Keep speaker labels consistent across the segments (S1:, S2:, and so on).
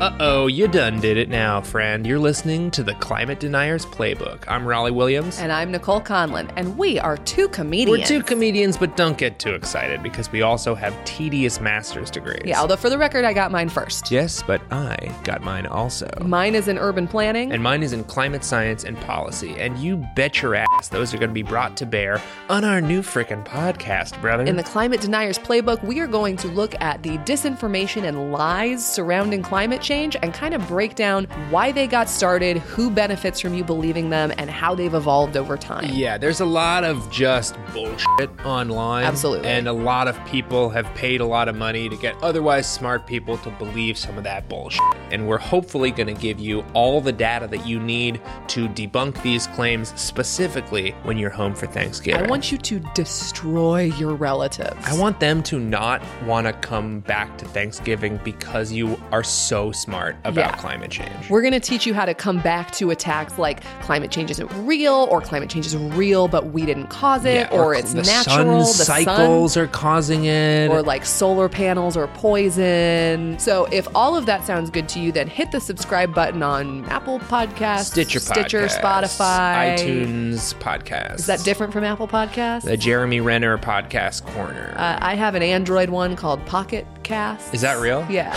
S1: Uh oh, you done did it now, friend. You're listening to the Climate Deniers Playbook. I'm Raleigh Williams.
S2: And I'm Nicole Conlon, and we are two comedians.
S1: We're two comedians, but don't get too excited because we also have tedious master's degrees.
S2: Yeah, although for the record, I got mine first.
S1: Yes, but I got mine also.
S2: Mine is in urban planning.
S1: And mine is in climate science and policy. And you bet your ass those are going to be brought to bear on our new frickin' podcast, brother.
S2: in the Climate Deniers Playbook, we are going to look at the disinformation and lies surrounding climate change and kind of break down why they got started, who benefits from you believing them, and how they've evolved over time.
S1: Yeah, there's a lot of just bullshit online.
S2: Absolutely.
S1: And a lot of people have paid a lot of money to get otherwise smart people to believe some of that bullshit. And we're hopefully going to give you all the data that you need to debunk these claims specifically when you're home for
S2: I
S1: Thanksgiving.
S2: want you to destroy your relatives.
S1: I want them to not want to come back to Thanksgiving because you are so smart about
S2: Yeah.
S1: climate change.
S2: We're going to teach you how to come back to attacks like climate change isn't real, or climate change is real, but we didn't cause it,
S1: Yeah,
S2: or,
S1: cl-
S2: it's
S1: the
S2: natural,
S1: Sun
S2: the
S1: cycles are causing it.
S2: sun, or like solar panels or poison. So if all of that sounds good to you, then hit the subscribe button on Apple Podcasts,
S1: Stitcher,
S2: Stitcher,
S1: Podcasts,
S2: Spotify.
S1: iTunes podcast.
S2: Is that different from Apple Podcasts?
S1: The Jeremy Renner podcast corner.
S2: uh, I have an Android one called Pocket Cast.
S1: Is that real?
S2: Yeah.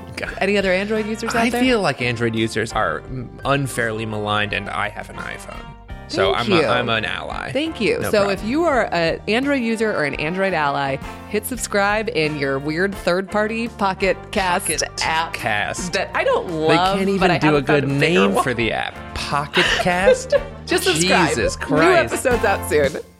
S1: God.
S2: Any other Android users out
S1: I
S2: there?
S1: feel like Android users are mm, unfairly maligned, and I have an iPhone, so
S2: Thank
S1: I'm a,
S2: you.
S1: I'm an ally.
S2: Thank you.
S1: No
S2: so
S1: problem.
S2: if you are an Android user or an Android ally, hit subscribe in your weird third party Pocket Cast
S1: Pocket
S2: app.
S1: Cast.
S2: That I don't love.
S1: they can't
S2: but I
S1: even do a
S2: haven't found
S1: good
S2: bigger
S1: name
S2: one.
S1: for the app. Pocket Cast.
S2: Just subscribe.
S1: Jesus
S2: New
S1: Christ.
S2: episodes out soon.